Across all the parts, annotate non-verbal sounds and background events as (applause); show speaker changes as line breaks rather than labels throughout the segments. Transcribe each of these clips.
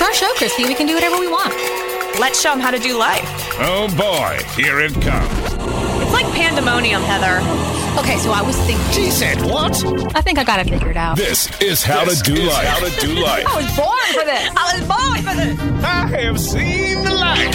our show, Christy. We can do whatever we want.
Let's show them how to do life.
Oh boy, here it comes.
It's like pandemonium, Heather.
Okay, so I was thinking.
She said what?
I think I got it figured out.
This is how
This
to do
is
life.
how to do life.
I was born for this.
I was born for this.
I have seen the light.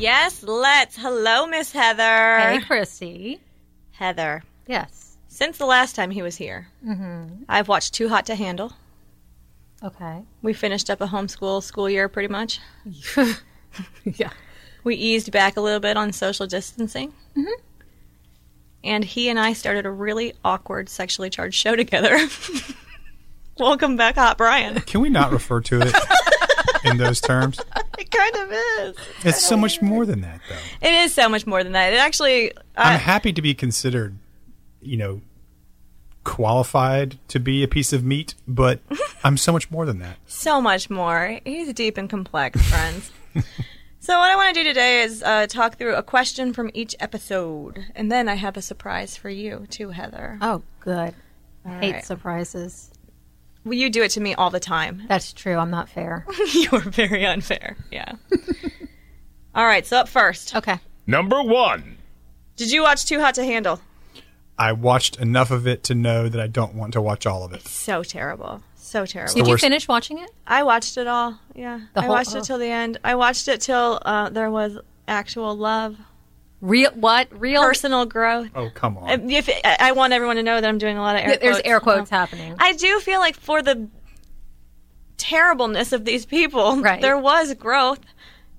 Yes, let's. Hello, Miss Heather.
Hey, Christy.
Heather.
Yes.
Since the last time he was here, I've watched Too Hot to Handle.
Okay.
We finished up a homeschool school year pretty much.
(laughs) Yeah.
We eased back a little bit on social distancing. Mm-hmm. And he and I started a really awkward sexually charged show together. (laughs) Welcome back, Hot Brian.
Can we not refer to it in those terms?
(laughs) It kind of is.
It's so much more than that, though.
It is so much more than that. It actually, uh,
I'm
I,
happy to be considered, you know, qualified to be a piece of meat, but I'm so much more than that.
so much more. He's deep and complex, (laughs) friends. so what I want to do today is uh, talk through a question from each episode, and then I have a surprise for you too, Heather.
Oh, good. I hate
right.
surprises.
Well, you do it to me all the time. (laughs)
That's true. I'm not fair.
you are very unfair. (laughs) Yeah. all right. So up first,
Okay.
Number one.
did you watch Too Hot to Handle?
I watched enough of it to know that I don't want to watch all of it.
So terrible. So terrible.
Did you
worst.
finish watching it?
I watched it all. Yeah.
The
I
whole-
watched
oh.
it till the end. I watched it till uh, there was actual love,
Real what? Real
personal growth.
Oh, come on.
If I I want everyone to know that I'm doing a lot of air
Th- There's
quotes.
air quotes happening.
I do feel like for the terribleness of these people,
Right.
there was growth.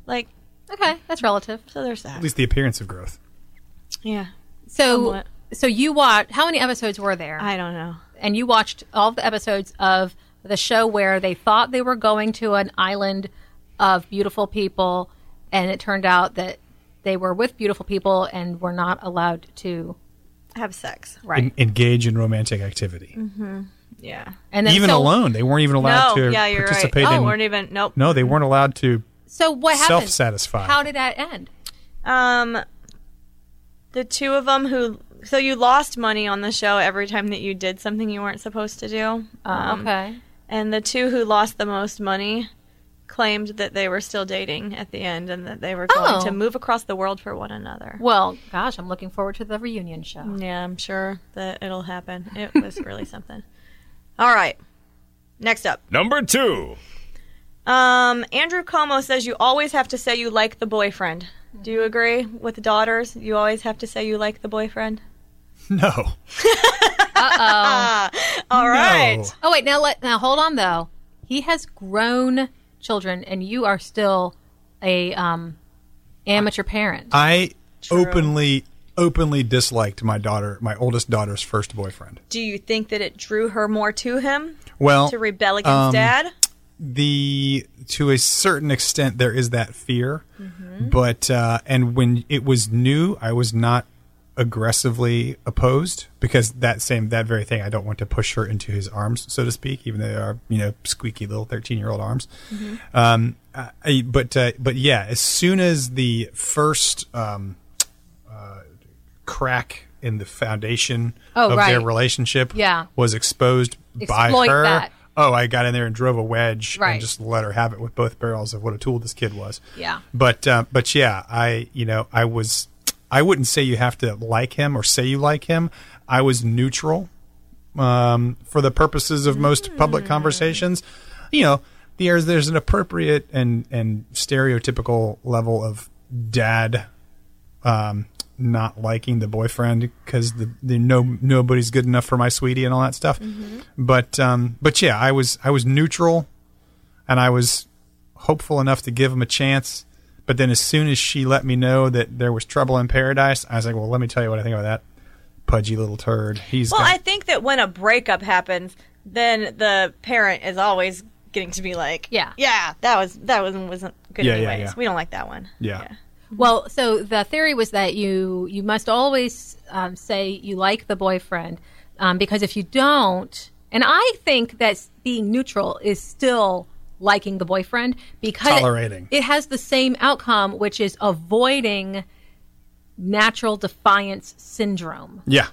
Like
Okay, that's relative.
so, there's that.
At least the appearance of growth.
Yeah,
So,
Somewhat.
so you watched how many episodes were there?
I don't know.
and you watched all the episodes of the show where they thought they were going to an island of beautiful people, and it turned out that they were with beautiful people and were not allowed to.
Have sex.
Right.
En- engage in romantic activity.
Yeah.
And then
Even
so,
alone, they weren't even allowed
Mm-hmm. no.
to
Yeah, you're right.
participate
Oh,
in.
weren't even. Nope.
no, they weren't allowed to
So what happened?
self-satisfy.
How did that end?
Um, the two of them who. So you lost money on the show every time that you did something you weren't supposed to do. Um,
okay.
And the two who lost the most money claimed that they were still dating at the end and that they were going
Oh.
to move across the world for one another.
Well, gosh, I'm looking forward to the reunion show.
Yeah, I'm sure that it'll happen. It was (laughs) really something. All right. Next up.
Number two.
Um, Andrew Como says you always have to say you like the boyfriend. Do you agree with daughters? You always have to say you like the boyfriend.
No.
All right.
No.
Oh wait, now let now hold on though. He has grown children, and you are still a um, amateur parent.
I openly, openly disliked my daughter, my oldest daughter's first boyfriend.
Do you think that it drew her more to him
Well,
to rebel against
um,
dad?
the to a certain extent there is that fear
Mm-hmm.
but uh, and when it was new i was not aggressively opposed because that same that very thing i don't want to push her into his arms so to speak even though they are you know squeaky little 13 year old arms
Mm-hmm.
um, I- I, but uh, but yeah as soon as the first um, uh, crack in the foundation
Oh,
of their
right.
relationship
Yeah.
was exposed by
Exploit
her
that.
oh, I got in there and drove a wedge
Right.
and just let her have it with both barrels of what a tool this kid was.
Yeah.
But uh, but yeah, I you know I was I wouldn't say you have to like him or say you like him. I was neutral um, for the purposes of most public conversations. You know, there's there's an appropriate and and stereotypical level of dad um, not liking the boyfriend because the, the no nobody's good enough for my sweetie and all that stuff. But um, but yeah, I was I was neutral, and I was hopeful enough to give him a chance. But then as soon as she let me know that there was trouble in paradise, I was like, well, let me tell you what I think about that pudgy little turd. He's
Well,
got-
I think that when a breakup happens, then the parent is always getting to be like,
Yeah.
yeah, that was that was wasn't good.
Yeah, yeah,
anyways,
yeah.
we don't like that one.
Yeah.
Well, so the theory was that you you must always um, say you like the boyfriend um, because if you don't, and I think that s- being neutral is still liking the boyfriend because
Tolerating.
it has the same outcome, which is avoiding natural defiance syndrome.
Yeah.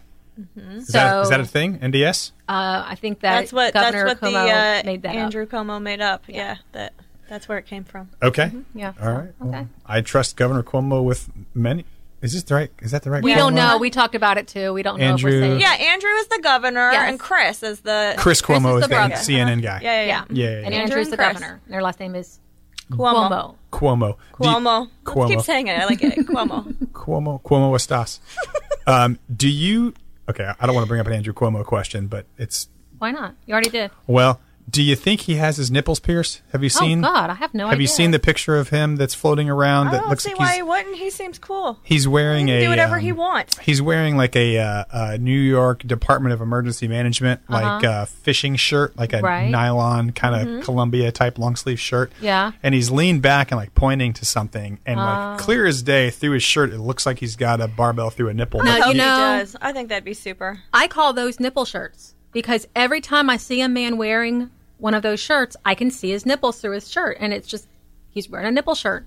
Is, that, is
So-
that a thing? NDS?
Uh, I think that
That's what
Governor
that's what
Cuomo
the uh,
made that up.
Andrew Como Cuomo made up. Yeah. that that's where it came from.
Okay.
Yeah.
All right. Well,
mm-hmm. Okay.
I trust Governor Cuomo with many. Is this the right? Is that the right?
We
Cuomo?
don't know. We talked about it too. We don't know
Andrew-
if we're safe.
Yeah, Andrew is the governor
Yes.
and Chris is the
Chris Cuomo
is the
is the
brother.
CNN guy.
Yeah.
yeah yeah, yeah.
Yeah, yeah, yeah.
And
Andrew
Andrew's
and
the
Chris.
governor. And their last name is
Cuomo.
Cuomo.
Cuomo. Do you-
Cuomo.
Cuomo.
Let's keep saying it. I like it. Cuomo.
Cuomo, Cuomo
(laughs)
Estas. um, do you? Okay, I don't want to bring up an Andrew Cuomo question, but it's
Why not? You already did.
well. Do you think he has his nipples pierced? Have you seen?
oh God, I have no
have
idea.
you seen the picture of him that's floating around?
I
(laughs) that
don't
looks
see
like
why
he's,
he wouldn't. He seems cool.
he's wearing
He
a
can do whatever he
um,
wants.
He's wearing like a, uh, uh New York Department of Emergency Management,
Uh-huh.
like uh, fishing shirt, like a
Right.
nylon kind
Mm-hmm.
of Columbia type long sleeve shirt.
Yeah.
And he's leaned back and like pointing to something, and like
Oh.
clear as day through his shirt, it looks like he's got a barbell through a nipple.
No,
I
you
hope he
know-
does. I think that'd be super.
I call those nipple shirts because every time I see a man wearing one of those shirts, I can see his nipples through his shirt, and it's just he's wearing a nipple shirt.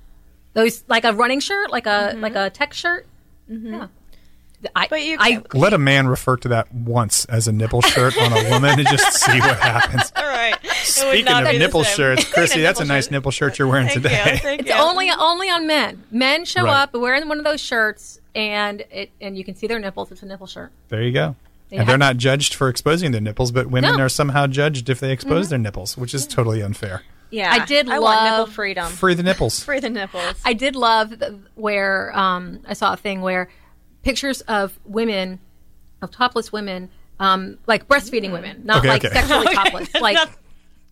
Those like a running shirt, like a like a tech shirt. Yeah. I,
Mm-hmm. But you
I
can't-
Let a man refer to that once as a nipple shirt on a woman and just see what happens.
All right. (laughs) It would
Speaking
not
of
be the
nipple
same. (laughs)
shirts, Chrissy, that's a
nipple
nice
shirt.
nipple shirt you're wearing
Thank
today.
you. Thank
it's
you.
only only on men. Men show
Right.
up wearing one of those shirts, and it and you can see their nipples. It's a nipple shirt.
(laughs) There you go.
Yeah.
And they're not judged for exposing their nipples, but women
No.
are somehow judged if they
Mm-hmm.
expose their nipples, which is totally unfair.
Yeah.
I did
I want nipple
love-
freedom.
Free the nipples.
Free the
(laughs)
nipples.
I did love the, where um, I saw a thing where pictures of women, of topless women, um, like breastfeeding women, not
Okay,
like
(laughs)
okay.
sexually topless, like
Not-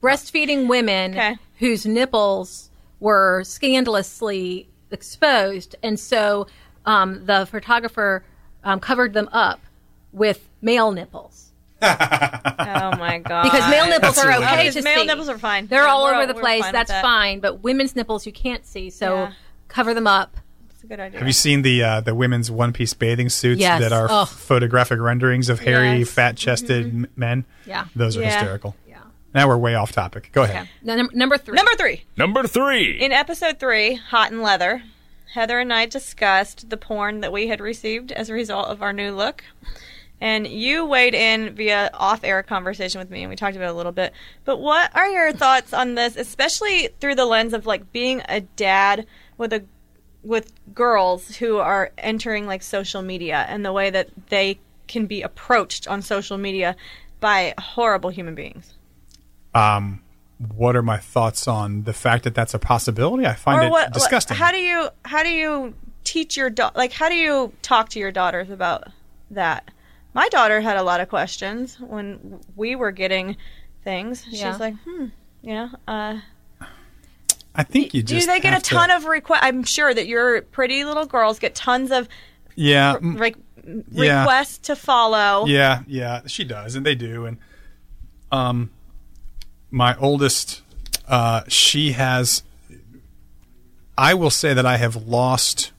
breastfeeding women
Okay.
whose nipples were scandalously exposed, and so um, the photographer um, covered them up with male nipples
oh my
(laughs)
god.
because male nipples are
really
okay
good.
to
Male
see.
nipples are fine.
They're
Yeah,
all
we're-
over the
we're
place.
fine with
That's
that.
fine, but women's nipples you can't see, so
Yeah.
cover them up.
It's a good idea.
Have you seen the uh, the women's one piece bathing suits
Yes.
that are
Ugh.
photographic renderings of hairy,
Yes. Mm-hmm.
fat chested men?
Yeah.
Those are
Yeah.
hysterical.
Yeah.
Now we're way off topic. Go ahead.
No, num- number three.
Number three.
Number three.
In episode three, Hot and Leather, Heather and I discussed the porn that we had received as a result of our new look. And you weighed in via off air conversation with me, and we talked about it a little bit. But what are your thoughts on this, especially through the lens of like being a dad with a with girls who are entering like social media and the way that they can be approached on social media by horrible human beings?
What are my thoughts on the fact that that's a possibility? I find it disgusting.
how do you how do you teach your daughter like how do you talk to your daughters about that my daughter had a lot of questions when we were getting things
Yeah.
she's like hmm you know uh,
I think you
do
just
they get a
have to-
ton of requests i'm sure that your pretty little girls get tons of
yeah mm,
like m-
Yeah.
requests to follow
Yeah, yeah, she does, and they do. And um, my oldest, uh, she has. I will say that I have lost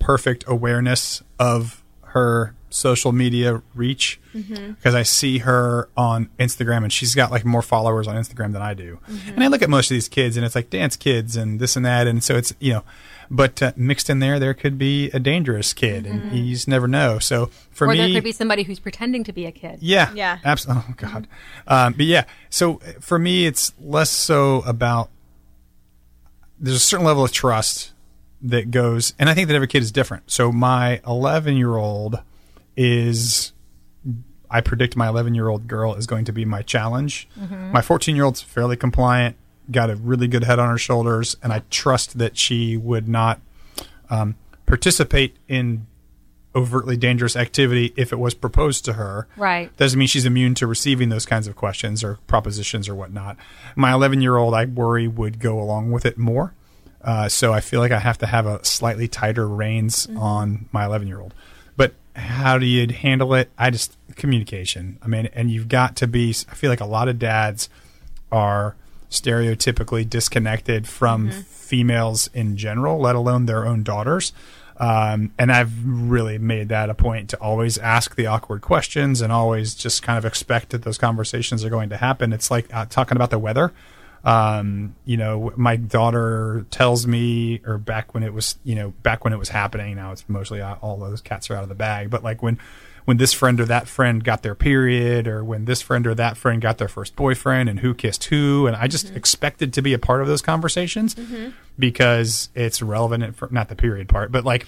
perfect awareness of her social media reach because
Mm-hmm.
I see her on Instagram and she's got like more followers on Instagram than I do.
Mm-hmm.
And I look at most of these kids and it's like dance kids and this and that. And so it's, you know, but uh, mixed in there, there could be a dangerous kid and you just never know. So for
Mm-hmm. or
me,
there could be somebody who's pretending to be a kid.
yeah.
Yeah.
Absolutely. Oh God. Um, but yeah. So uh, for me, it's less so about there's a certain level of trust that goes, and I think that every kid is different. So my 11 year old is, I predict my 11 year old girl is going to be my challenge. My 14 year old's fairly compliant, got a really good head on her shoulders, and I trust that she would not um, participate in overtly dangerous activity if it was proposed to her.
Right.
Doesn't mean she's immune to receiving those kinds of questions or propositions or whatnot. My 11 year old, I worry, would go along with it more. Uh, so I feel like I have to have a slightly tighter reins on my 11 year old. But how do you handle it? I just communication. I mean, and you've got to be, I feel like a lot of dads are stereotypically disconnected from females in general, let alone their own daughters. Um, and I've really made that a point to always ask the awkward questions and always just kind of expect that those conversations are going to happen. It's like uh, talking about the weather um, you know, my daughter tells me, or back when it was, you know, back when it was happening. Now it's mostly out- all those cats are out of the bag. But like when, when this friend or that friend got their period, or when this friend or that friend got their first boyfriend, and who kissed who, and I just expected to be a part of those conversations because it's relevant. inf- not the period part, but like,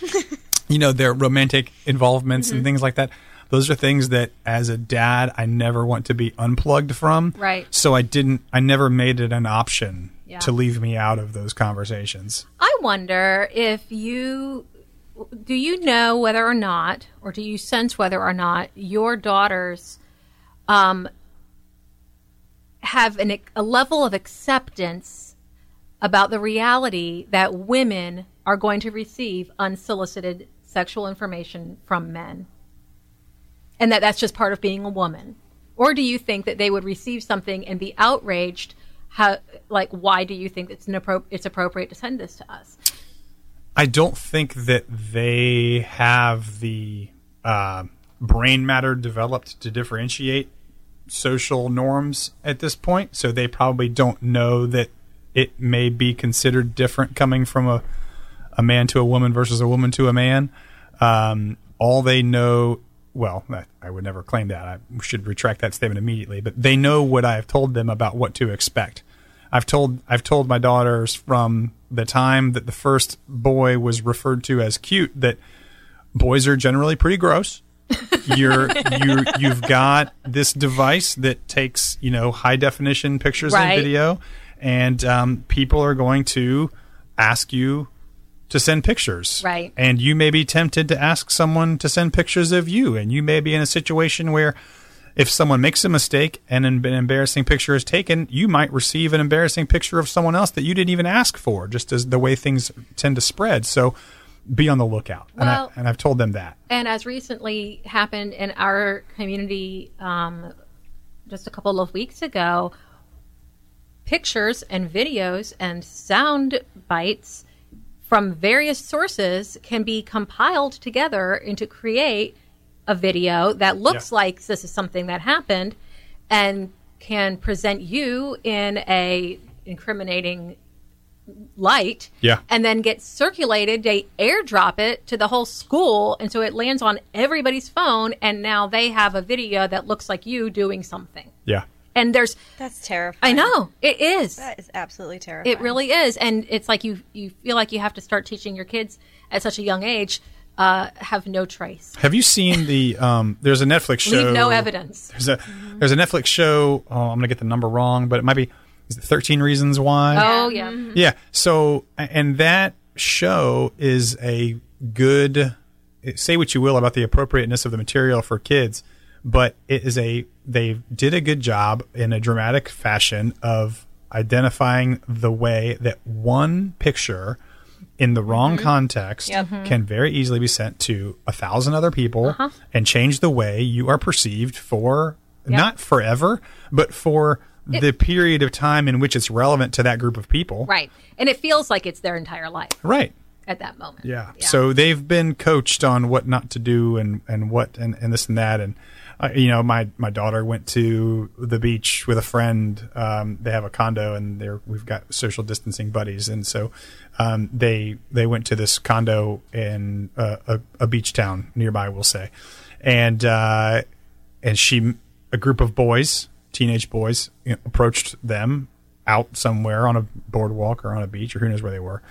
you know, their romantic involvements and things like that. Those are things that, as a dad, I never want to be unplugged from
Right.
so I didn't I never made it an option
Yeah.
to leave me out of those conversations.
I wonder if you do you know whether or not, or do you sense whether or not your daughters um, have an, a level of acceptance about the reality that women are going to receive unsolicited sexual information from men, and that that's just part of being a woman. Or do you think that they would receive something and be outraged? How, like, why do you think it's an appro- it's appropriate to send this to us?
I don't think that they have the uh, brain matter developed to differentiate social norms at this point, so they probably don't know that it may be considered different coming from a a man to a woman versus a woman to a man. Um, all they know, well, I, I would never claim that. I should retract that statement immediately. But they know what I have told them about what to expect. I've told I've told my daughters from the time that the first boy was referred to as cute that boys are generally pretty gross. You're you you've got this device that takes you know high definition pictures
Right.
and video, and um, people are going to ask you to send pictures.
Right.
And you may be tempted to ask someone to send pictures of you. And you may be in a situation where if someone makes a mistake and an an embarrassing picture is taken, you might receive an embarrassing picture of someone else that you didn't even ask for, just as the way things tend to spread. So be on the lookout.
Well-
and, I, and I've told them that.
And as recently happened in our community um, just a couple of weeks ago, pictures and videos and sound bites from various sources can be compiled together and to create a video that looks
Yeah.
like this is something that happened and can present you in a incriminating light
Yeah.
and then gets circulated they airdrop it to the whole school and so it lands on everybody's phone and now they have a video that looks like you doing something
Yeah.
and there's
That's terrifying.
i know it is
That is absolutely terrifying.
it really is and it's like you you feel like you have to start teaching your kids at such a young age uh, have no trace
Have you seen the? Um, there's a Netflix show.
leave no evidence
There's a there's a Netflix show. Oh, I'm gonna get the number wrong, but it might be is it 13 Reasons Why.
oh yeah
Yeah. Mm-hmm. So, and that show is a good. eh, Say what you will about the appropriateness of the material for kids, but it is a they did a good job in a dramatic fashion of identifying the way that one picture in the wrong context can very easily be sent to a thousand other people and change the way you are perceived for not forever, but for the period of time in which it's relevant to that group of people.
right and it feels like it's their entire life
Right.
at that moment
Yeah. So they've been coached on what not to do and, and what and, and this and that and uh, you know my my daughter went to the beach with a friend. Um, they have a condo and they we've got social distancing buddies and so um, they they went to this condo in uh, a, a beach town nearby. We'll say and uh, and she a group of boys teenage boys you know, approached them out somewhere on a boardwalk or on a beach or who knows where they were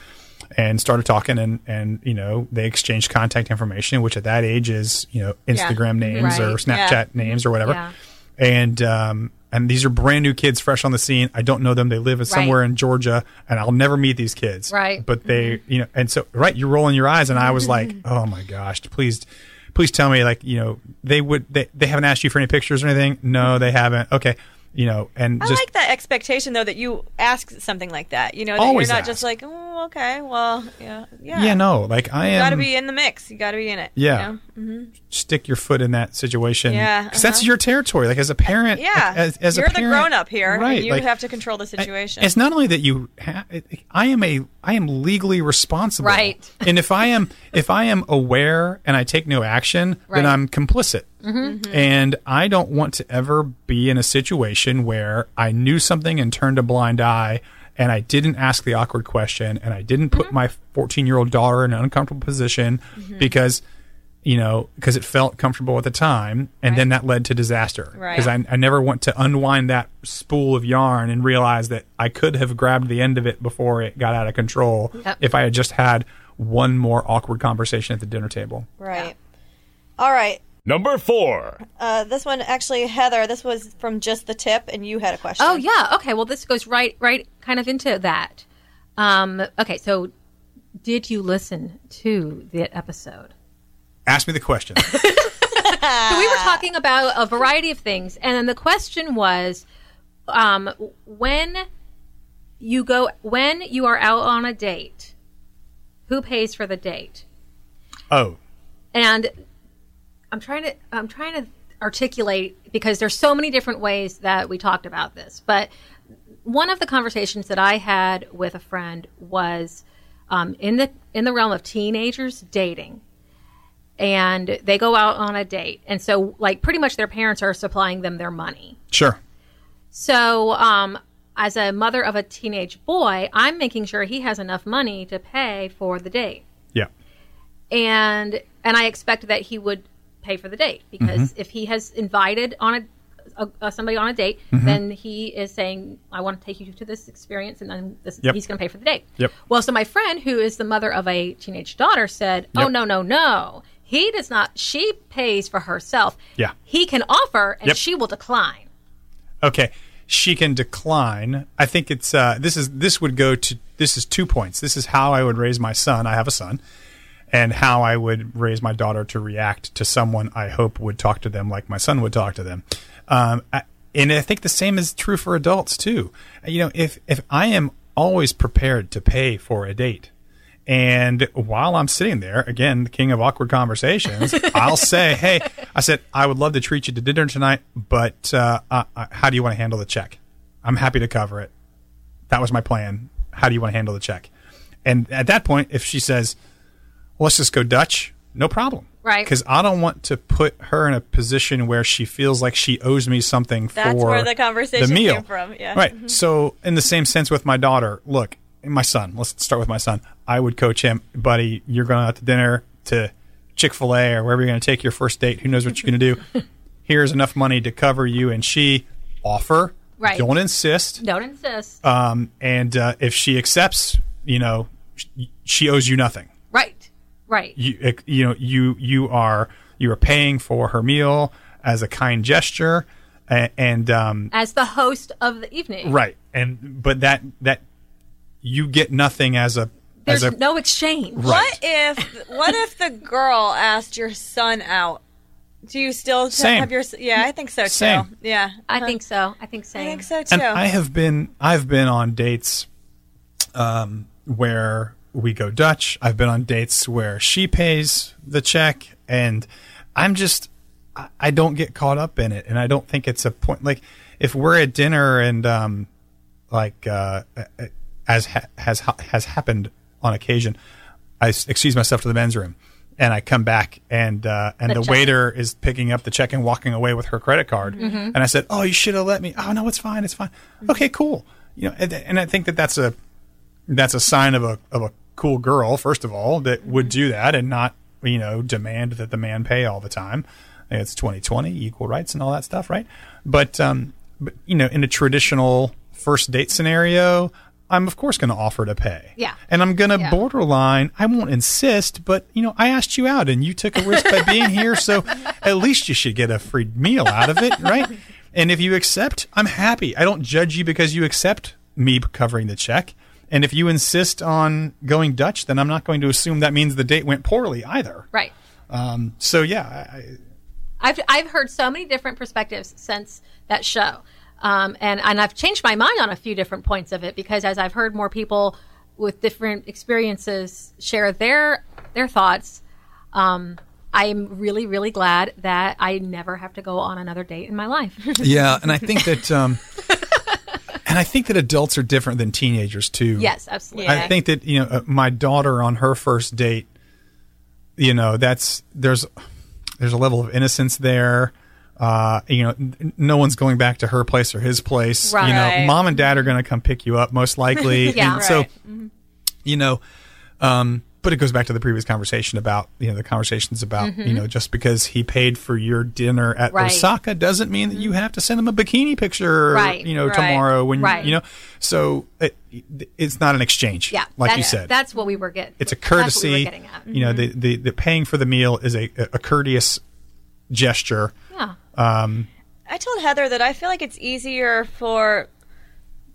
and started talking and and you know they exchanged contact information which at that age is you know instagram names or
Mm-hmm. Right.
snapchat
Yeah.
names or whatever
Yeah.
and um and these are brand new kids fresh on the scene i don't know them they live somewhere in georgia and i'll never meet these kids
Right.
but they you know and so right you're rolling your eyes and i was
(laughs)
like oh my gosh please please tell me like you know they would they, they haven't asked you for any pictures or anything no they haven't okay you know, and
I
just
like that expectation though that you ask something like that. You know, that
Always
you're not
ask.
just like, oh, okay, well, yeah, yeah.
yeah, no, like I
You
am.
got to be in the mix. You got to be in it.
Yeah.
you know?
stick your foot in that situation.
Yeah,
'Cause that's
uh-huh.
your territory. Like as a parent,
yeah.
like, as, as a
you're the
parent-
grown up here,
right?
And you
like,
have to control the situation.
It's not only that you ha- I am a I am legally responsible.
Right.
(laughs) And if I am if I am aware and I take no action,
Right.
then I'm complicit. And I don't want to ever be in a situation where I knew something and turned a blind eye and I didn't ask the awkward question and I didn't put my 14-year-old daughter in an uncomfortable position because you know, because it felt comfortable at the time, and then that led to disaster.
Right.
Because I, I never want to unwind that spool of yarn and realize that I could have grabbed the end of it before it got out of control
Yep.
if I had just had one more awkward conversation at the dinner table.
right. All right.
Number four.
Uh, this one actually, Heather. This was from just the tip, and you had a question.
Oh yeah. Okay. Well, this goes right, right, kind of into that. Um, okay. So, did you listen to the episode?
Ask me the question.
So we were talking about a variety of things, and then the question was, um, when you go, when you are out on a date, who pays for the date?
oh,
and I'm trying to I'm trying to articulate because there's so many different ways that we talked about this. But one of the conversations that I had with a friend was um, in the in the realm of teenagers dating, and they go out on a date, and so like pretty much their parents are supplying them their money.
sure.
So, um, as a mother of a teenage boy, I'm making sure he has enough money to pay for the date
Yeah.
and and I expect that he would pay for the date because
Mm-hmm.
if he has invited on a, a, uh somebody on a date,
Mm-hmm.
then he is saying, "I want to take you to this experience," and then this,
Yep.
he's going to pay for the date.
Yep.
Well, so my friend, who is the mother of a teenage daughter, said, "Oh
Yep.
no, no, no! He does not. She pays for herself.
Yeah.
He can offer, and
Yep.
she will decline."
Okay. She can decline. I think it's uh, this is this would go to this is two points. This is how I would raise my son. I have a son, and how I would raise my daughter to react to someone I hope would talk to them like my son would talk to them. Um, I, and I think the same is true for adults too. You know, if if I am always prepared to pay for a date, and while I'm sitting there, again, the king of awkward conversations,
(laughs)
I'll say, "Hey, I said I would love to treat you to dinner tonight, but uh, uh, uh, how do you want to handle the check? I'm happy to cover it. That was my plan. How do you want to handle the check?" And at that point, if she says, well, "Let's just go Dutch," no problem,
Right.
Because I don't want to put her in a position where she feels like she owes me something
That's
for
where the conversation
the meal.
came from, yeah.
Right. Mm-hmm. So in the same sense with my daughter, look, and my son, let's start with my son. I would coach him, buddy, you're going out to dinner to Chick-fil-A or wherever you're going to take your first date. Who knows what you're going to do? Here's enough money to cover you and she offer.
Right.
Don't
(laughs)
insist.
Don't insist.
Um, and uh, if she accepts, you know, sh- she owes you nothing
right. Right.
you you know you you are you are paying for her meal as a kind gesture and, and um
as the host of the evening,
right and but that that you get nothing as a
There's
as a
no exchange.
What if what if the girl asked your son out? Do you still t-
Same.
have your? s- Yeah, I think so too.
Same.
Yeah,
I think so. I think
I
same.
think so too.
and I have been I've been on dates um where we go Dutch I've been on dates where she pays the check and I'm just I, I don't get caught up in it and I don't think it's a point like if we're at dinner and um like uh, as ha- has ha- has happened on occasion, I s- excuse myself to the men's room, and I come back and uh, and
The
the,
check.
waiter is picking up the check and walking away with her credit card,
Mm-hmm.
and I said, "Oh, you should have let me." Oh no, it's fine, it's fine. Okay, cool. You know, and, and I think that that's a that's a sign of a of a cool girl, first of all, that would do that and not you know demand that the man pay all the time. It's 2020, equal rights, and all that stuff, right? But um, but you know, in a traditional first date scenario, I'm of course going to offer to pay.
Yeah.
and I'm going to
Yeah.
borderline. I won't insist, but you know, I asked you out, and you took a risk by being
(laughs)
here, so at least you should get a free meal out of it, right? And if you accept, I'm happy. I don't judge you because you accept me covering the check. And if you insist on going Dutch, then I'm not going to assume that means the date went poorly either.
Right.
Um, so yeah, I, I-
I've I've heard so many different perspectives since that show. Um, and and I've changed my mind on a few different points of it because as I've heard more people with different experiences share their their thoughts, um, I'm really really glad that I never have to go on another date in my life.
(laughs) Yeah, and I think that um, and I think that adults are different than teenagers too.
(laughs) yes, absolutely.
Yeah.
I think that you know uh, my daughter on her first date, you know that's there's there's a level of innocence there. Uh, you know, n- no one's going back to her place or his place. You know,
Right.
mom and dad are going to come pick you up most likely.
(laughs)
Yeah.
And so,
Right.
you know, um, but it goes back to the previous conversation about you know the conversations about
Mm-hmm.
you know just because he paid for your dinner at
Right.
Osaka doesn't mean that you have to send him a bikini picture.
Right.
You know,
Mm-hmm. Right.
tomorrow when
Right.
you know. So it, it's not an exchange.
Yeah,
like you
that's-
said,
that's what we were getting.
it's a
that's what we were
courtesy.
getting at. Mm-hmm.
You know, the, the the paying for the meal is a a courteous gesture.
Yeah.
I told Heather that I feel like it's easier for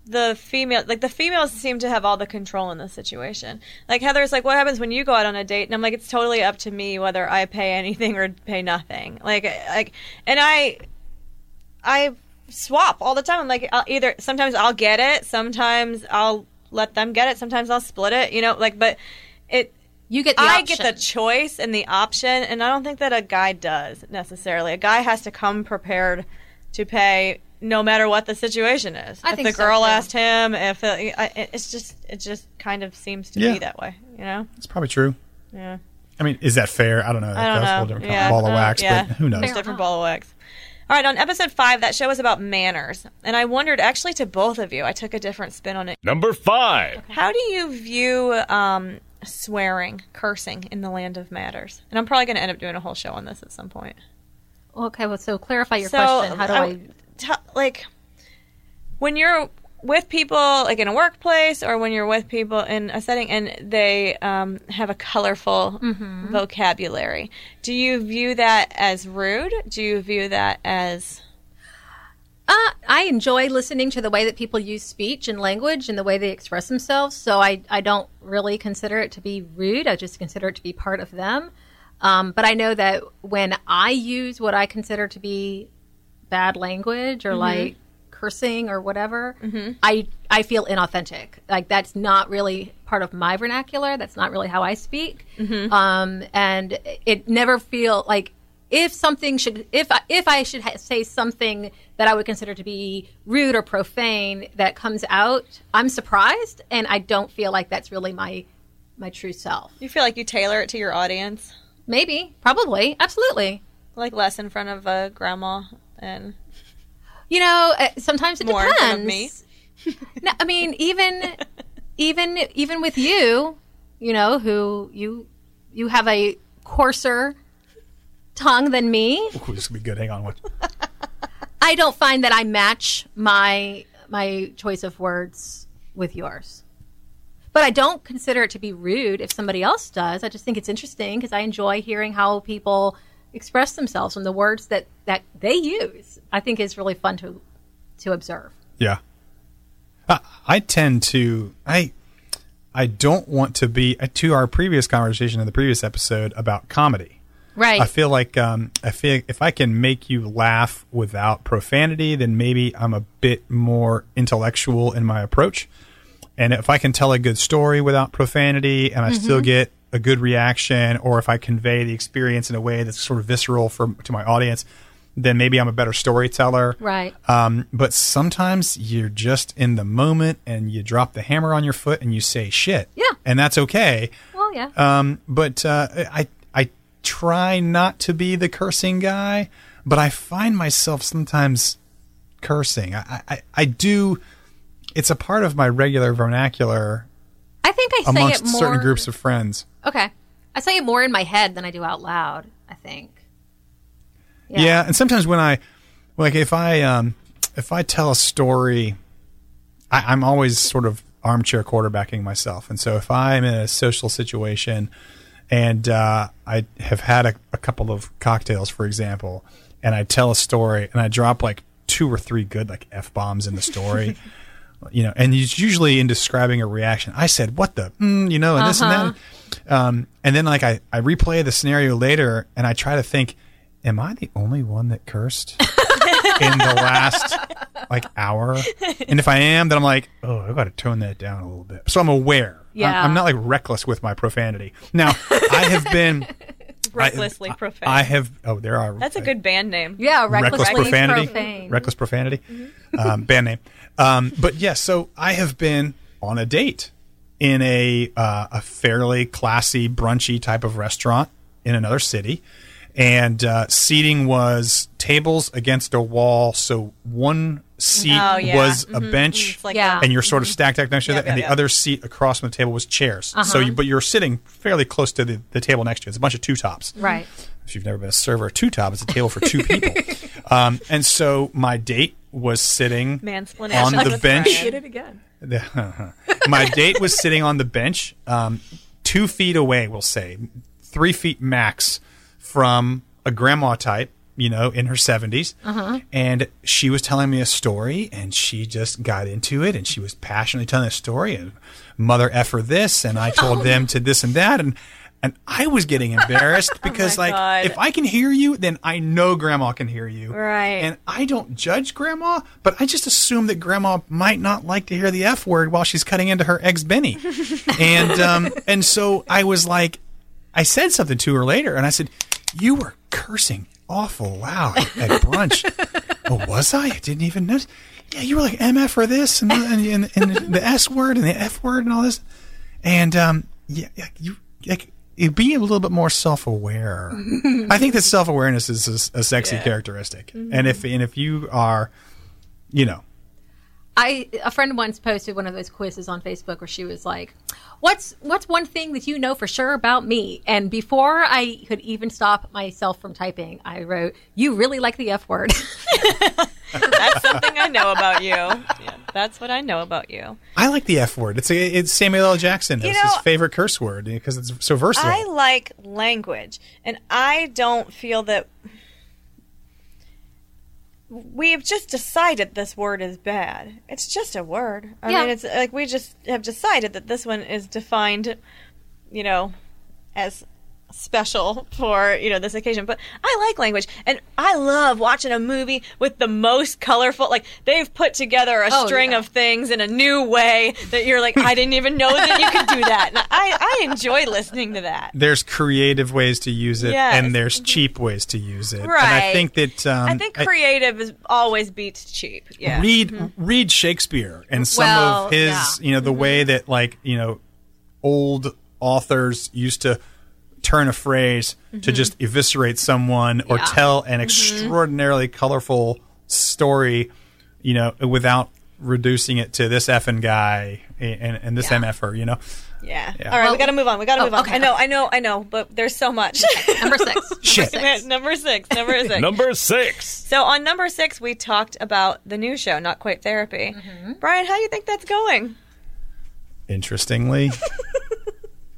the female, like the females seem to have all the control in this situation. Like Heather's like, what happens when you go out on a date? And I'm like, it's totally up to me whether I pay anything or pay nothing. Like, like, and I, I swap all the time. I'm like, I'll either sometimes I'll get it, sometimes I'll let them get it, sometimes I'll split it. You know, like, but it.
You get the
I
option.
get the choice and the option, and I don't think that a guy does necessarily. A guy has to come prepared to pay, no matter what the situation is.
I
if
think
the
so,
girl
too.
asked him, if it, I- it- it's just, it just kind of seems to
Yeah.
be that way, you know?
It's probably true.
Yeah,
I mean, is that fair? I don't know.
I don't
That's a
know.
whole different kind of
yeah,
ball of
uh,
wax,
yeah.
but who knows?
It's a different ball of wax. All right, on episode five, that show was about manners, and I wondered actually to both of you. I took a different spin on it.
Number five.
How do you view um, swearing, cursing in the land of matters? And I'm probably going to end up doing a whole show on this at some point.
Okay, well, so clarify your
so, oh,
question. How do I?
t- like when you're with people, like in a workplace, or when you're with people in a setting, and they um, have a colorful
Mm-hmm.
vocabulary? Do you view that as rude? Do you view that as
Uh, I enjoy listening to the way that people use speech and language and the way they express themselves. So I, I don't really consider it to be rude. I just consider it to be part of them. Um, but I know that when I use what I consider to be bad language
Mm-hmm.
or like cursing or whatever, I I feel inauthentic. Like that's not really part of my vernacular. That's not really how I speak.
Mm-hmm.
Um, and it never feel like if something should if I, if I should ha- say something that I would consider to be rude or profane that comes out, I'm surprised and I don't feel like that's really my my true self.
you feel like you tailor it to your audience,
Maybe, probably, absolutely.
like less in front of a grandma and
You know, uh, sometimes it
More in
depends.
front of me.
no, I mean, even, even, even with you, you know, who you you have a coarser tongue than me.
Ooh, this would be good. Hang on. What?
I don't find that I match my my choice of words with yours. But I don't consider it to be rude if somebody else does. I just think it's interesting because I enjoy hearing how people express themselves and the words that that they use. I think is really fun to to observe.
Yeah. I, I tend to I I don't want to be to our previous conversation in the previous episode about comedy.
Right.
I feel like um, I feel if I can make you laugh without profanity, then maybe I'm a bit more intellectual in my approach. And if I can tell a good story without profanity, and I
Mm-hmm.
still get a good reaction, or if I convey the experience in a way that's sort of visceral for to my audience, then maybe I'm a better storyteller.
Right.
Um, but sometimes you're just in the moment and you drop the hammer on your foot and you say shit.
Yeah.
And that's okay.
well, yeah.
Um, but uh, I I try not to be the cursing guy, but I find myself sometimes cursing. I I, I do. It's a part of my regular vernacular
I think I say it
amongst
more
certain groups of friends.
Okay. I say it more in my head than I do out loud, I think.
Yeah. and sometimes when I like if I um if I tell a story, I, I'm always sort of armchair quarterbacking myself, and so if I'm in a social situation and uh, I have had a, a couple of cocktails, for example, and I tell a story and I drop like two or three good like f bombs in the story. You know, and it's usually in describing a reaction. I said, "What the?" Mm, you know, and this
Uh-huh.
and that um, and then like I,
(laughs)
I replay the scenario later and I try to think, am I the only one that cursed? in the last like hour. And if I am, then I'm like, oh, I got to tone that down a little bit. So I'm aware. I'm-
Yeah.
I'm not like reckless with my profanity. Now, I have
(laughs)
been
Recklessly
I,
profane.
I have. Oh, there are.
That's a good band name.
Yeah, recklessly
reckless profanity.
profane.
Reckless profanity.
Mm-hmm.
Um, band name. Um, but yes, so I have been on a date in a uh, a fairly classy, brunchy type of restaurant in another city, and uh, seating was tables against a wall, so one seat
Oh, yeah. Mm,
was a bench
It's like
Yeah.
a-
and you're sort of stacked up next to
Yeah,
that, and
yeah, Uh-huh.
the
yeah.
other seat across from the table was chairs. So, you, but you're sitting fairly close to the, the table next to you. It's a bunch of two tops.
Right.
If you've never been a server, two top is a table for two people. um, and so my date was sitting
Mansplaining
on
session
the
with
bench.
Brian.
it again.
The- (laughs) my date was sitting on the bench, um, two feet away, we'll say, three feet max from a grandma type, you know, in her 70s. And she was telling me a story and she just got into it and she was passionately telling a story and mother effer this and I told them to this and that. And, and I was getting embarrassed because, like,
God.
if I can hear you, then I know grandma can hear you.
Right.
And I don't judge grandma, but I just assume that grandma might not like to hear the F word while she's cutting into her ex Benny. and um, and so I was like, I said something to her later, and I said, "You were cursing awful loud at brunch." oh, was I? I didn't even notice. Yeah, you were like MF or this and the, and, and, and the S word and the F word and all this, and um, yeah, yeah, you like. You'd be a little bit more self-aware. I think that self-awareness is a, a sexy characteristic,
Mm-hmm.
and if and if you are, you know,
I a friend once posted one of those quizzes on Facebook where she was like, "What's what's one thing that you know for sure about me?" And before I could even stop myself from typing, I wrote, "You really like the F word."
That's something I know about you. Yeah, that's what I know about you.
I like the F word. It's a, it's Samuel L. Jackson. It's his
know-
favorite curse word because it's so versatile.
I like language, and I don't feel that we have just decided this word is bad. It's just a word. I
Yeah.
mean, it's like we just have decided that this one is defined, you know, as special for you know this occasion but i like language and i love watching a movie with the most colorful like they've put together a
Oh,
string
yeah.
of things in a new way that you're like i didn't even know that you could
(laughs)
do that and i i enjoy listening to that
there's creative ways to use it,
Yes. Mm-hmm.
and there's cheap ways to use it. And I
Right.
think that um,
i think creative is always beats cheap yeah
read read Shakespeare and some
Mm-hmm. Well,
of his,
yeah. Mm-hmm.
you know, the way that like you know, old authors used to turn a phrase
Mm-hmm.
to just eviscerate someone or tell an extraordinarily colorful story, you know, without reducing it to this effing guy and and this mf'er, you know.
yeah.
Yeah.
all right
Well-
we gotta move on we gotta
Oh,
move on
okay.
i know i know i know but there's so much
Number six.
(laughs)
Shit.
Number
Man,
six.
number six number six
Number six.
so on number six we talked about the new show not quite therapy
Mm-hmm.
brian how do you think that's going
interestingly.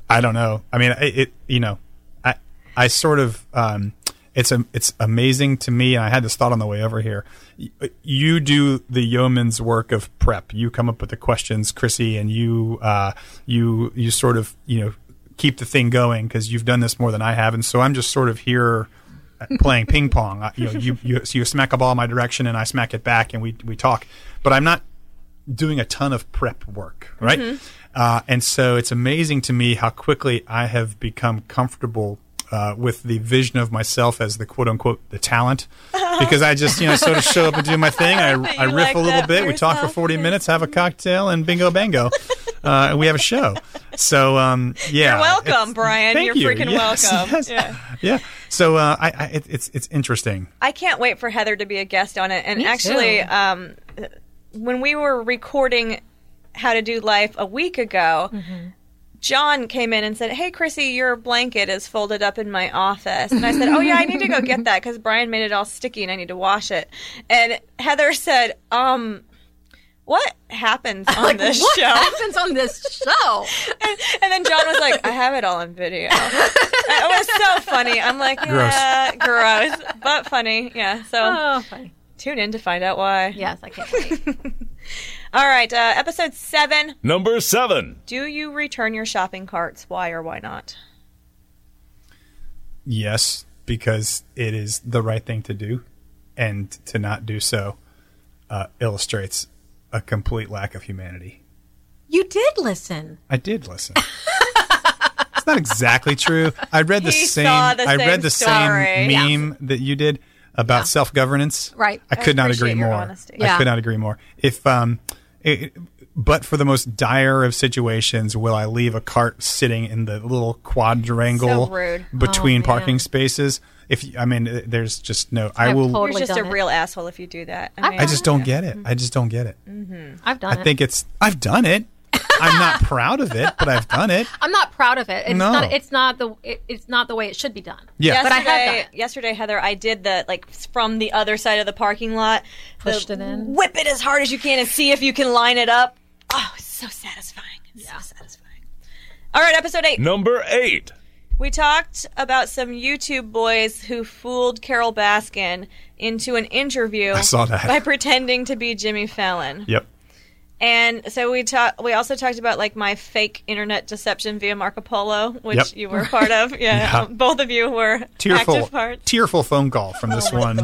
I don't know. I mean, it, it you know, I I sort of um, it's a it's amazing to me. And I had this thought on the way over here. Y- You do the yeoman's work of prep. You come up with the questions, Chrissy, and you uh, you you sort of you know keep the thing going because you've done this more than I have, and so I'm just sort of here uh, playing ping pong. I, you know, you you, so you smack a ball in my direction, and I smack it back, and we we talk. But I'm not doing a ton of prep work, right? Uh, and so it's amazing to me how quickly I have become comfortable uh, with the vision of myself as the quote unquote
(laughs)
the talent, because I just you know sort of show up and do my thing. I, I
You
riff
like
a little
that
bit.
for
We talk for
yourself? Mm-hmm.
forty minutes, have a cocktail, and bingo bango. Uh, and we have a show, so um, yeah.
You're welcome,
it's-
Brian.
thank
You're
you.
freaking
Yes,
welcome.
yes.
Yeah.
yeah. So uh, I, I, it, it's it's interesting.
I can't wait for Heather to be a guest on it. And
Me
actually,
too.
um, when we were recording How to Do Life a week ago,
Mm-hmm.
John came in and said, Hey, Chrissy, your blanket is folded up in my office. And I said, Oh, yeah, I need to go get that because Brian made it all sticky and I need to wash it. And Heather said, Um, what happens on this
What
show?
happens on this show?
And then John was like, I have it all on video.
(laughs)
it was so funny. I'm like,
Gross.
yeah, gross, but funny. Yeah. So
Oh, funny.
tune in to find out why.
Yes, I can't wait.
All right. Uh, episode seven.
Number seven.
Do you return your shopping carts? Why or why not?
Yes, because it is the right thing to do. and to not do so uh, illustrates a complete lack of humanity.
You did listen.
I did listen. it's not exactly true. I read the
He
same.
saw the
I
same
read the
story.
same meme that you did about self governance.
Right.
I could not
appreciate
agree
your
more.
honesty.
Yeah.
I could not agree more. If um, it, but for the most dire of situations, will I leave a cart sitting in the little quadrangle
So rude.
between
Oh,
parking
man.
spaces? If you- I mean, there's just no. I
I've
will.
told-
You're
Totally
just a
done it.
real asshole if you do that. I,
I-
mean,
I just don't get it. I just don't get it.
I've done
I
it.
think it's. I've done it.
(laughs)
I'm not proud of it, but I've done it.
I'm not proud of it. It's
No.
not. It's not the. It, it's not the way it should be done.
Yeah.
But I have done
Yesterday-
it.
Yesterday, Heather, I did the like s- from the other side of the parking lot. the
Pushed it in.
Whip it as hard as you can and see if you can line it up. Oh, it's so satisfying. It's so satisfying. All right, episode eight.
Number eight.
We talked about some YouTube boys who fooled Carol Baskin into an interview
I saw that.
by pretending to be Jimmy Fallon.
Yep.
And so we talked. We also talked about like my fake internet deception via Marco Polo, which
Yep.
you were a part
(laughs)
of. Yeah,
Yeah.
um, both of you were
Tearful,
active parts.
tearful phone call from this one.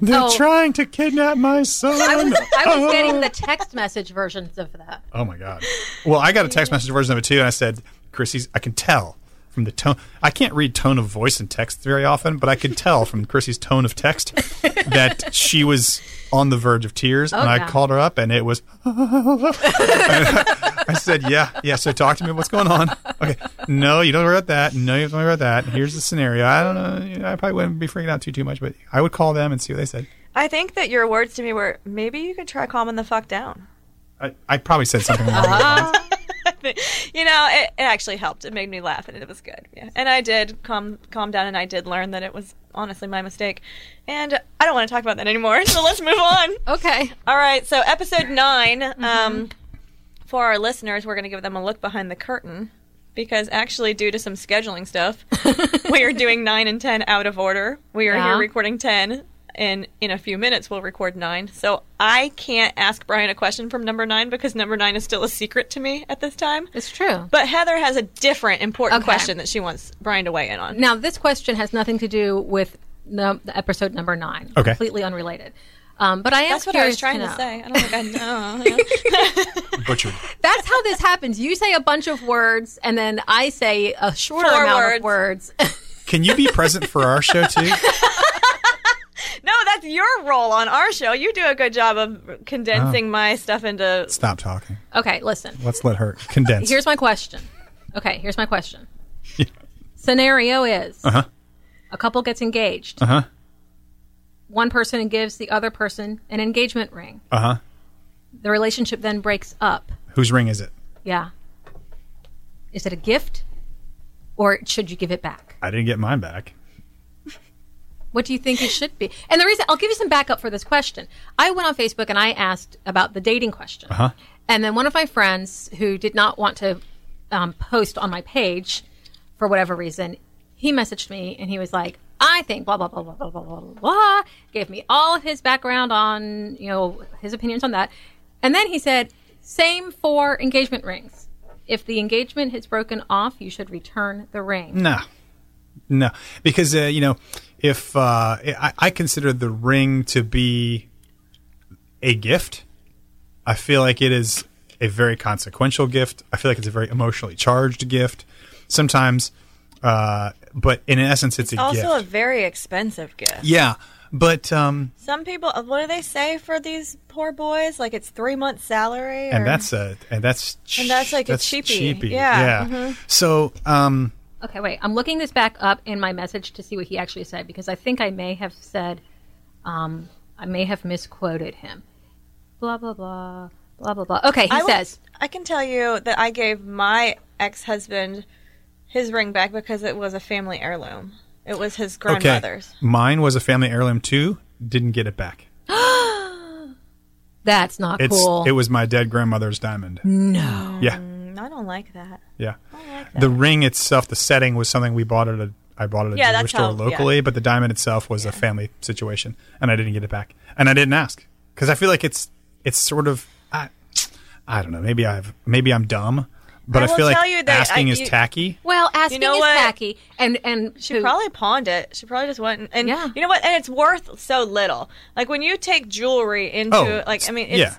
They're
Oh.
trying to kidnap my son.
I was, I
(laughs)
was getting the text message versions of that.
Oh my god. Well, I got a text message version of it too, and I said, "Chrissy's." I can tell from the tone. I can't read tone of voice and text very often, but I could tell from Chrissy's tone of text that she was on the verge of tears. and
yeah.
I called her up, and it was. (laughs) I said, "Yeah, yeah." So talk to me. What's going on? Okay. No, you don't worry about that. No, you don't worry about that. Here's the scenario. I don't know. I probably wouldn't be freaking out too too much, but I would call them and see what they said.
I think that your words to me were maybe you could try calming the fuck down.
I, I probably said something along those lines.
(laughs) You know, it, it actually helped. It made me laugh, and it was good. Yeah, and I did calm calm down, and I did learn that it was honestly my mistake. And I don't want to talk about that anymore. (laughs) So let's move on.
Okay.
All right, so
Mm-hmm.
episode 9 Um, for our listeners, we're going to give them a look behind the curtain because actually, due to some
(laughs)
scheduling stuff, we are doing nine and ten out of order. We are
Yeah.
here recording ten, and in a few minutes we'll record nine. So I can't ask Brian a question from number nine because number nine is still a secret to me at this time.
It's true.
But Heather has a different important
Okay.
question that she wants Brian to weigh in on.
Now, this question has nothing to do with the, the episode number nine.
Okay.
Completely unrelated. Um, but I am
That's what I was
curious
trying to
know.
say. I don't think
(laughs)
I know.
Butchered.
That's how this happens. You say a bunch of words, and then I say a shorter
Four
amount of words. (laughs)
Can you be present for our show too?
No, that's your role on our show. You do a good job of condensing my stuff into.
Stop talking.
okay, listen.
Let's let her condense.
Here's my question. Okay, here's my
(laughs)
question. Scenario is a couple gets engaged.
Uh-huh.
One person gives the other person an engagement ring.
uh huh.
The relationship then breaks up.
Whose ring is it?
Yeah. Is it a gift or should you give it back?
I didn't get mine back.
What do you think it should be? And the reason I'll give you some backup for this question. I went on Facebook and I asked about the dating question.
Uh-huh.
And then one of my friends who did not want to um, post on my page for whatever reason, he messaged me and he was like, I think blah, blah, blah, blah, blah, blah, blah, blah, blah, gave me all of his background on, you know, his opinions on that. And then he said, same for engagement rings. If the engagement has broken off, you should return the ring.
No, no, because uh, you know, if uh, I, I consider the ring to be a gift, I feel like it is a very consequential gift. I feel like it's a very emotionally charged gift. Sometimes, uh, but in essence, it's, a
Also, a
gift.
very expensive gift.
yeah, but um,
Some people, uh, what do they say for these poor boys? Like it's three months' salary,
and
or-
that's a and that's ch-
And that's like a cheapie.
cheapie.
Yeah. Mm-hmm.
So um,
Okay, wait. I'm looking this back up in my message to see what he actually said because I think I may have said, um, I may have misquoted him. Blah blah blah blah blah blah. Okay, he
I will-
says
I can tell you that I gave my ex-husband his ring back because it was a family heirloom. It was his
okay,
grandmother's.
mine was a family heirloom too. Didn't get it back.
that's
Oh,
not
It's
cool.
it was my dead grandmother's diamond. No. Yeah,
Mm, I don't like that.
yeah.
like
the ring itself, the setting was something we bought at a I bought at a
Yeah,
jewelry
that's
store
how-
locally,
yeah.
but the diamond itself was a family situation, and I didn't get it back, and I didn't ask because I feel like it's it's sort of I I don't know maybe I've maybe I'm dumb, But
I
I,
will
feel like
tell you that
asking
I-
is
you-
tacky.
Well, asking
know
is
what?
tacky, and and
She
who-
probably pawned it. She probably just went and, and
Yeah.
you know what? And it's worth so little. Like when you take jewelry into
Oh,
like I mean, it's
yeah.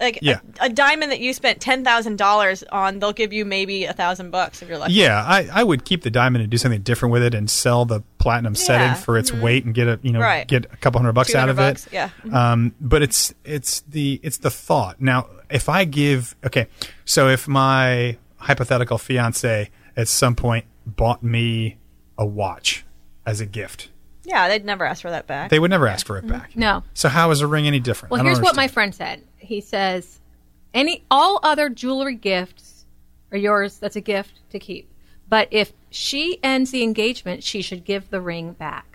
like
Yeah.
A, a diamond that you spent ten thousand dollars on, they'll give you maybe a thousand bucks if you're lucky.
Yeah, I, I would keep the diamond and do something different with it and sell the platinum setting
Yeah.
for its
Mm-hmm.
weight and get a you know
Right.
get a couple hundred bucks out of
200 bucks,
it.
yeah.
Um, but it's it's the it's the thought. Now, if I give okay, so if my hypothetical fiance at some point bought me a watch as a gift,
Yeah, they'd never ask for that back.
they would never ask for it back.
Mm-hmm. No.
So how is a ring any different? I
Well,
don't
here's what my friend
understand.
said. He says, "Any all other jewelry gifts are yours. That's a gift to keep. But if she ends the engagement, she should give the ring back.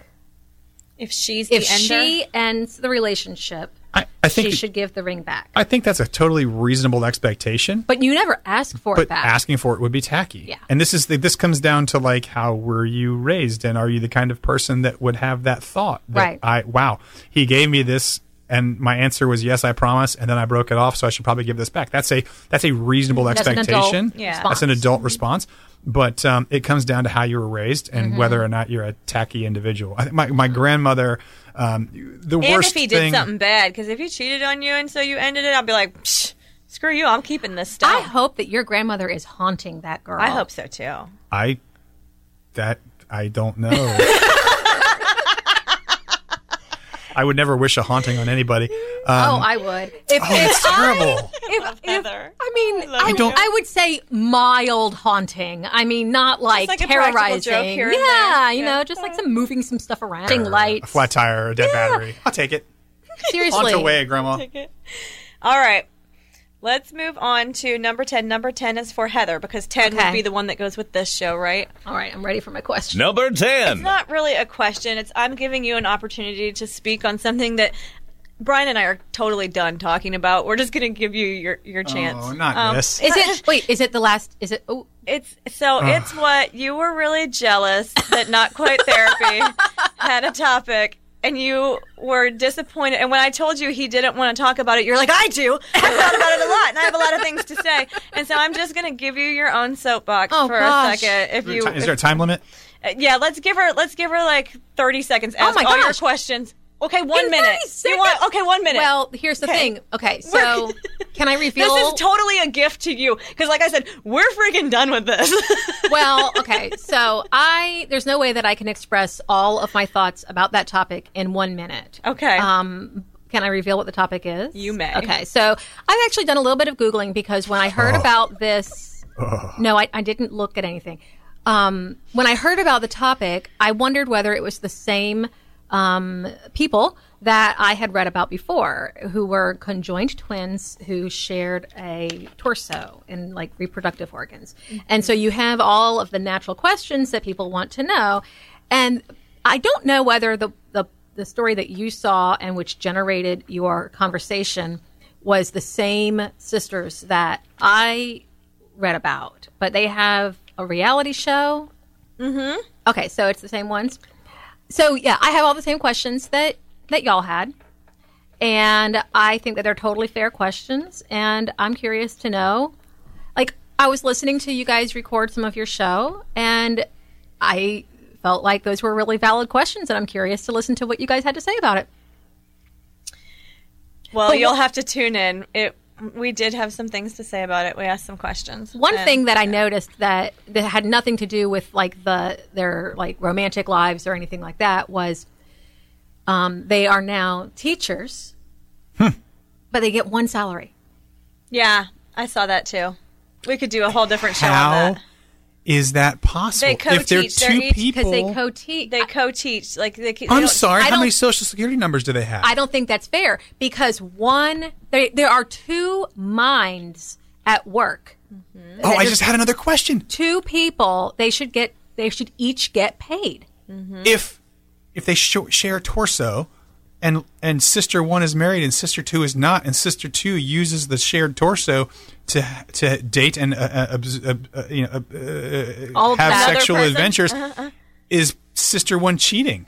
if she's the
If
ender,
she ends the relationship,
I, I think
she should give the ring back.
I think that's a totally reasonable expectation.
but you never ask for
but
it back.
asking for it would be tacky.
Yeah.
And this is the, this comes down to like how were you raised and are you the kind of person that would have that thought that
Right.
I wow, he gave me this and my answer was yes, I promise, and then I broke it off, so I should probably give this back. That's a that's a reasonable
That's an adult
expectation.
Yeah.
That's an
response. Mm-hmm.
adult response. But um, it comes down to how you were raised and
Mm-hmm.
whether or not you're a tacky individual. I think my my grandmother, um, the
and
worst
if he did
thing.
something bad, because if he cheated on you and so you ended it, I'd be like, Psh, screw you, I'm keeping this stuff.
I hope that your grandmother is haunting that girl.
I hope so too.
I that I don't know. I would never wish a haunting on anybody. Um,
Oh, I would. If,
oh, it's terrible.
if, if,
Heather.
I mean,
love
I,
you.
I would say mild haunting. I mean, not like,
like a practical
terrorizing.
joke here and
yeah,
there.
you
Yeah.
know, just like some moving some stuff around, Ding lights.
A flat tire, a dead battery. I'll take it.
Seriously,
Haunt away, Grandma.
All right. Let's move on to number 10. Number 10 is for Heather because 10
Okay.
would be the one that goes with this show, right?
All right, I'm ready for my question.
Number 10.
It's not really a question. It's I'm giving you an opportunity to speak on something that Brian and I are totally done talking about. We're just going to give you your, your chance.
Oh, not
Um,
this.
Is it? Wait, is it the last? Is it? Oh,
It's so it's what you were really jealous that not quite
(laughs)
therapy had a topic and you were disappointed and when I told you he didn't want to talk about it, you're like, I do. I've thought about it a lot and I have a lot of things to say. And so I'm just gonna give you your own soapbox
Oh,
for
gosh.
a second. If you
Is there a time limit?
Yeah, let's give her let's give her like thirty seconds. Ask
Oh my
all your
gosh.
questions. Okay, one
In
minute.
30
You want okay, one minute.
well, here's the
Okay.
thing. Okay,
(laughs)
so can I reveal?
this is totally a gift to you because, like I said, we're freaking done with this. (laughs)
well, okay. So I there's no way that I can express all of my thoughts about that topic in one minute.
Okay.
Um, can I reveal what the topic is?
You may.
Okay. So I've actually done a little bit of googling because when I heard about this, no, I, I didn't look at anything. Um, when I heard about the topic, I wondered whether it was the same um, people that I had read about before, who were conjoined twins who shared a torso and like reproductive organs. And so you have all of the natural questions that people want to know. And I don't know whether the, the, the story that you saw and which generated your conversation was the same sisters that I read about, but they have a reality show. Mm-hmm. Okay, so it's the same ones. So yeah, I have all the same questions that that y'all had, and I think that they're totally fair questions. And I'm curious to know, like, I was listening to you guys record some of your show, and I felt like those were really valid questions, and I'm curious to listen to what you guys had to say about it.
Well,
But
you'll
what-
have to tune in. It we did have some things to say about it. We asked some questions.
One
And-
thing that I noticed that that had nothing to do with like the their like romantic lives or anything like that was um, they are now teachers,
Hmm.
but they get one salary.
yeah, I saw that too. We could do a whole different show on
How
that.
is that possible?
They
if they're
co-teach, they're
two
each- 'cause
people,
because they co-teach.
They co-teach, like they. they
I'm
don't-
sorry.
I
How many
don't-
social security numbers do they have?
I don't think that's fair because one there there are two minds at work.
oh, I just had another question.
Two people they should get they should each get paid.
If if they sh- share a torso. And, and sister one is married and sister two is not and sister two uses the shared torso to to date and uh, uh, obs- uh, uh, you know uh,
All of
have
that.
Another
sexual
person?
adventures
Uh-huh,
is sister one cheating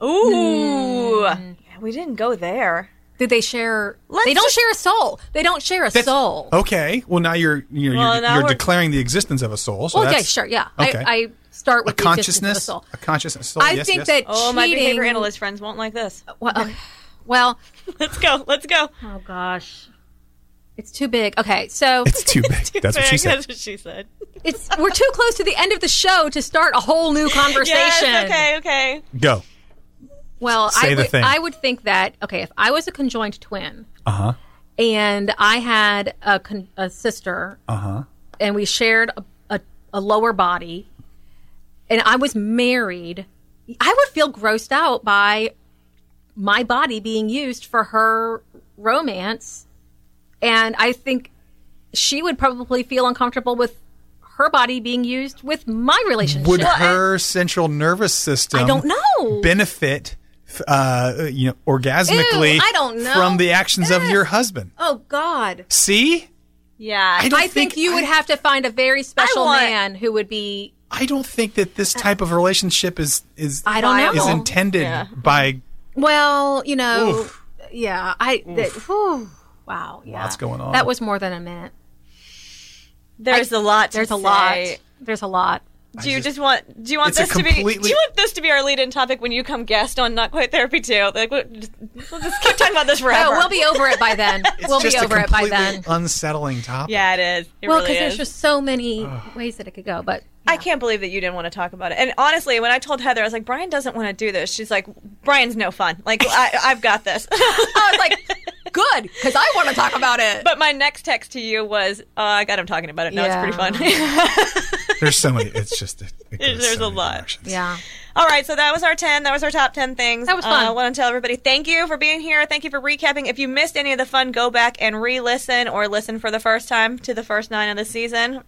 Mm.
Ooh, Yeah, we didn't go there.
Did they share?
Let's
they don't
just-
share a soul. They don't share a
Oh,
soul.
Okay. Well, now you're you're
Well,
you're,
now
you're
we're-
declaring the existence of a soul. So
well, Oh, yeah,
that's-
sure, yeah.
Okay.
I, I start
A
with the existence of the soul.
consciousness, a consciousness. soul,
I
yes,
think
yes.
that
Oh,
cheating. Oh.
my behavior analyst friends won't like this.
Well, okay. well,
Let's go. Let's go.
oh gosh, it's too big. Okay, so
it's too
(laughs)
big. that's what she said.
(laughs) That's what she said.
it's we're too close to the end of the show to start a whole
(laughs)
new conversation.
Yes, okay, okay.
Go.
Well,
Say
I
the
would,
thing.
I would think that okay, if I was a conjoined twin
Uh huh.
and I had a, con- a sister,
Uh-huh.
and we shared a, a, a lower body, and I was married, I would feel grossed out by my body being used for her romance, and I think she would probably feel uncomfortable with her body being used with my relationship.
Would her central nervous system?
I don't know.
Benefit, f- uh, you know, orgasmically.
Ew, I don't know.
from the actions of
Eh.
your husband.
oh God.
See,
Yeah.
I don't
I think, you would have to find a very special
want-
man who would be.
I don't think that this type of relationship is is
Uh, I don't
is
know.
intended
Yeah.
by
Well, you know,
Oof.
yeah. I that, whew, wow. Yeah,
Lots going on.
That was more than a minute.
There's a lot. To
There's a
say.
lot. There's a lot.
Do you
just-
just, want? Do you want
It's a
this to be? Do
completely-
you want this to be our lead-in topic when you come guest on Not Quite Therapy Two? Like, we'll just, we'll just keep talking about this forever.
Oh, we'll be over it by
(laughs)
then. we'll
just
be
a
over it by
completely
then.
unsettling topic.
Yeah, it is. It
well,
really
because
is.
there's just so many
(sighs)
ways that it could go. But
I can't believe that you didn't want to talk about it. And honestly, when I told Heather, I was like, Brian doesn't want to do this. She's like, Brian's no fun. Like, I, I've got this.
(laughs)
(laughs)
I was like, good, because I want to talk about it.
but my next text to you was, uh, I got him talking about it. No,
Yeah.
it's pretty (laughs) fun.
(laughs) There's so many. It's just it, it goes
There's
so
a
many
lot.
(laughs)
directions.
yeah.
All right, so that was our 10. That was our top 10 things.
That was fun.
Uh, I want to tell everybody thank you for being here. Thank you for recapping. If you missed any of the fun, go back and re listen or listen for the first time to the first nine of the season.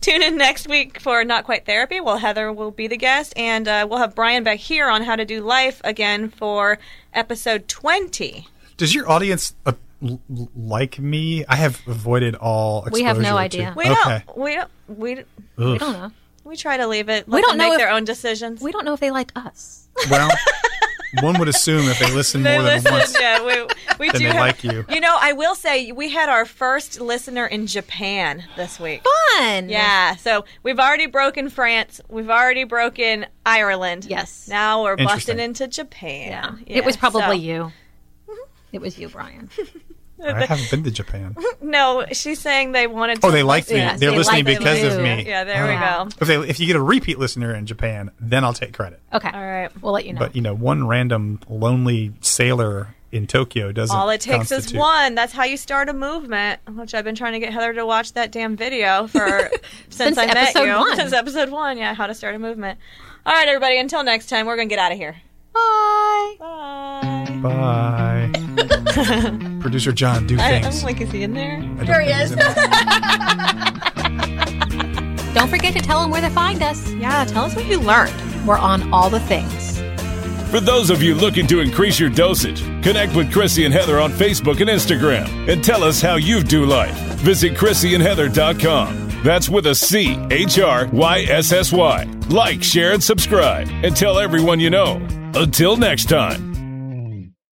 Tune in next week for Not Quite Therapy. Well, Heather will be the guest, and uh, we'll have Brian back here on How to Do Life again for episode 20.
Does your audience uh, l- l- like me? I have avoided all.
We have no
exposure
idea.
To,
We
okay.
don't, we don't, we,
We don't know.
we try to leave it. Let
We don't
them
know
make
if-
their own decisions.
We don't know if they like us.
Well, one would assume if they listen more than
listen,
once.
yeah, we, we
Then
do
they
have,
like you.
know, I will say we had our first listener in Japan this week.
Fun.
Yeah, so we've already broken France. We've already broken Ireland.
Yes.
Now we're
Interesting.
busting into
Yeah. Mm-hmm.
Japan.
It was
Yeah,
probably
so-
you. It was you, Brian.
I haven't been to Japan.
No, she's saying they wanted to.
Oh, they like me.
Yeah,
They're
they
listening
like
because
you.
of me. Oh,
Yeah, there we
Ah.
go.
If they, if you get a repeat listener in Japan, then I'll take credit.
Okay.
All right.
We'll let you know.
But you know, one random lonely sailor in Tokyo doesn't.
All it takes is
constitute-
one. That's how you start a movement, which I've been trying to get Heather to watch that damn video for
(laughs)
since,
Since
I met
episode
you.
one.
Since episode one, yeah, how to start a movement. All right, everybody. Until next time, we're gonna get out of here.
Bye.
Bye. (laughs)
Bye. Producer John, do
I,
things.
I'm like, is he in there?
there he is.
Don't forget to tell them where to find us.
Yeah. Tell us what you learned.
We're on all the things.
For those of you looking to increase your dosage, connect with Chrissy and Heather on Facebook and Instagram and tell us how you do life. Visit ChrissyandHeather.com. That's with a C H R Y S S Y. Like, share, and subscribe, and tell everyone you know. Until next time.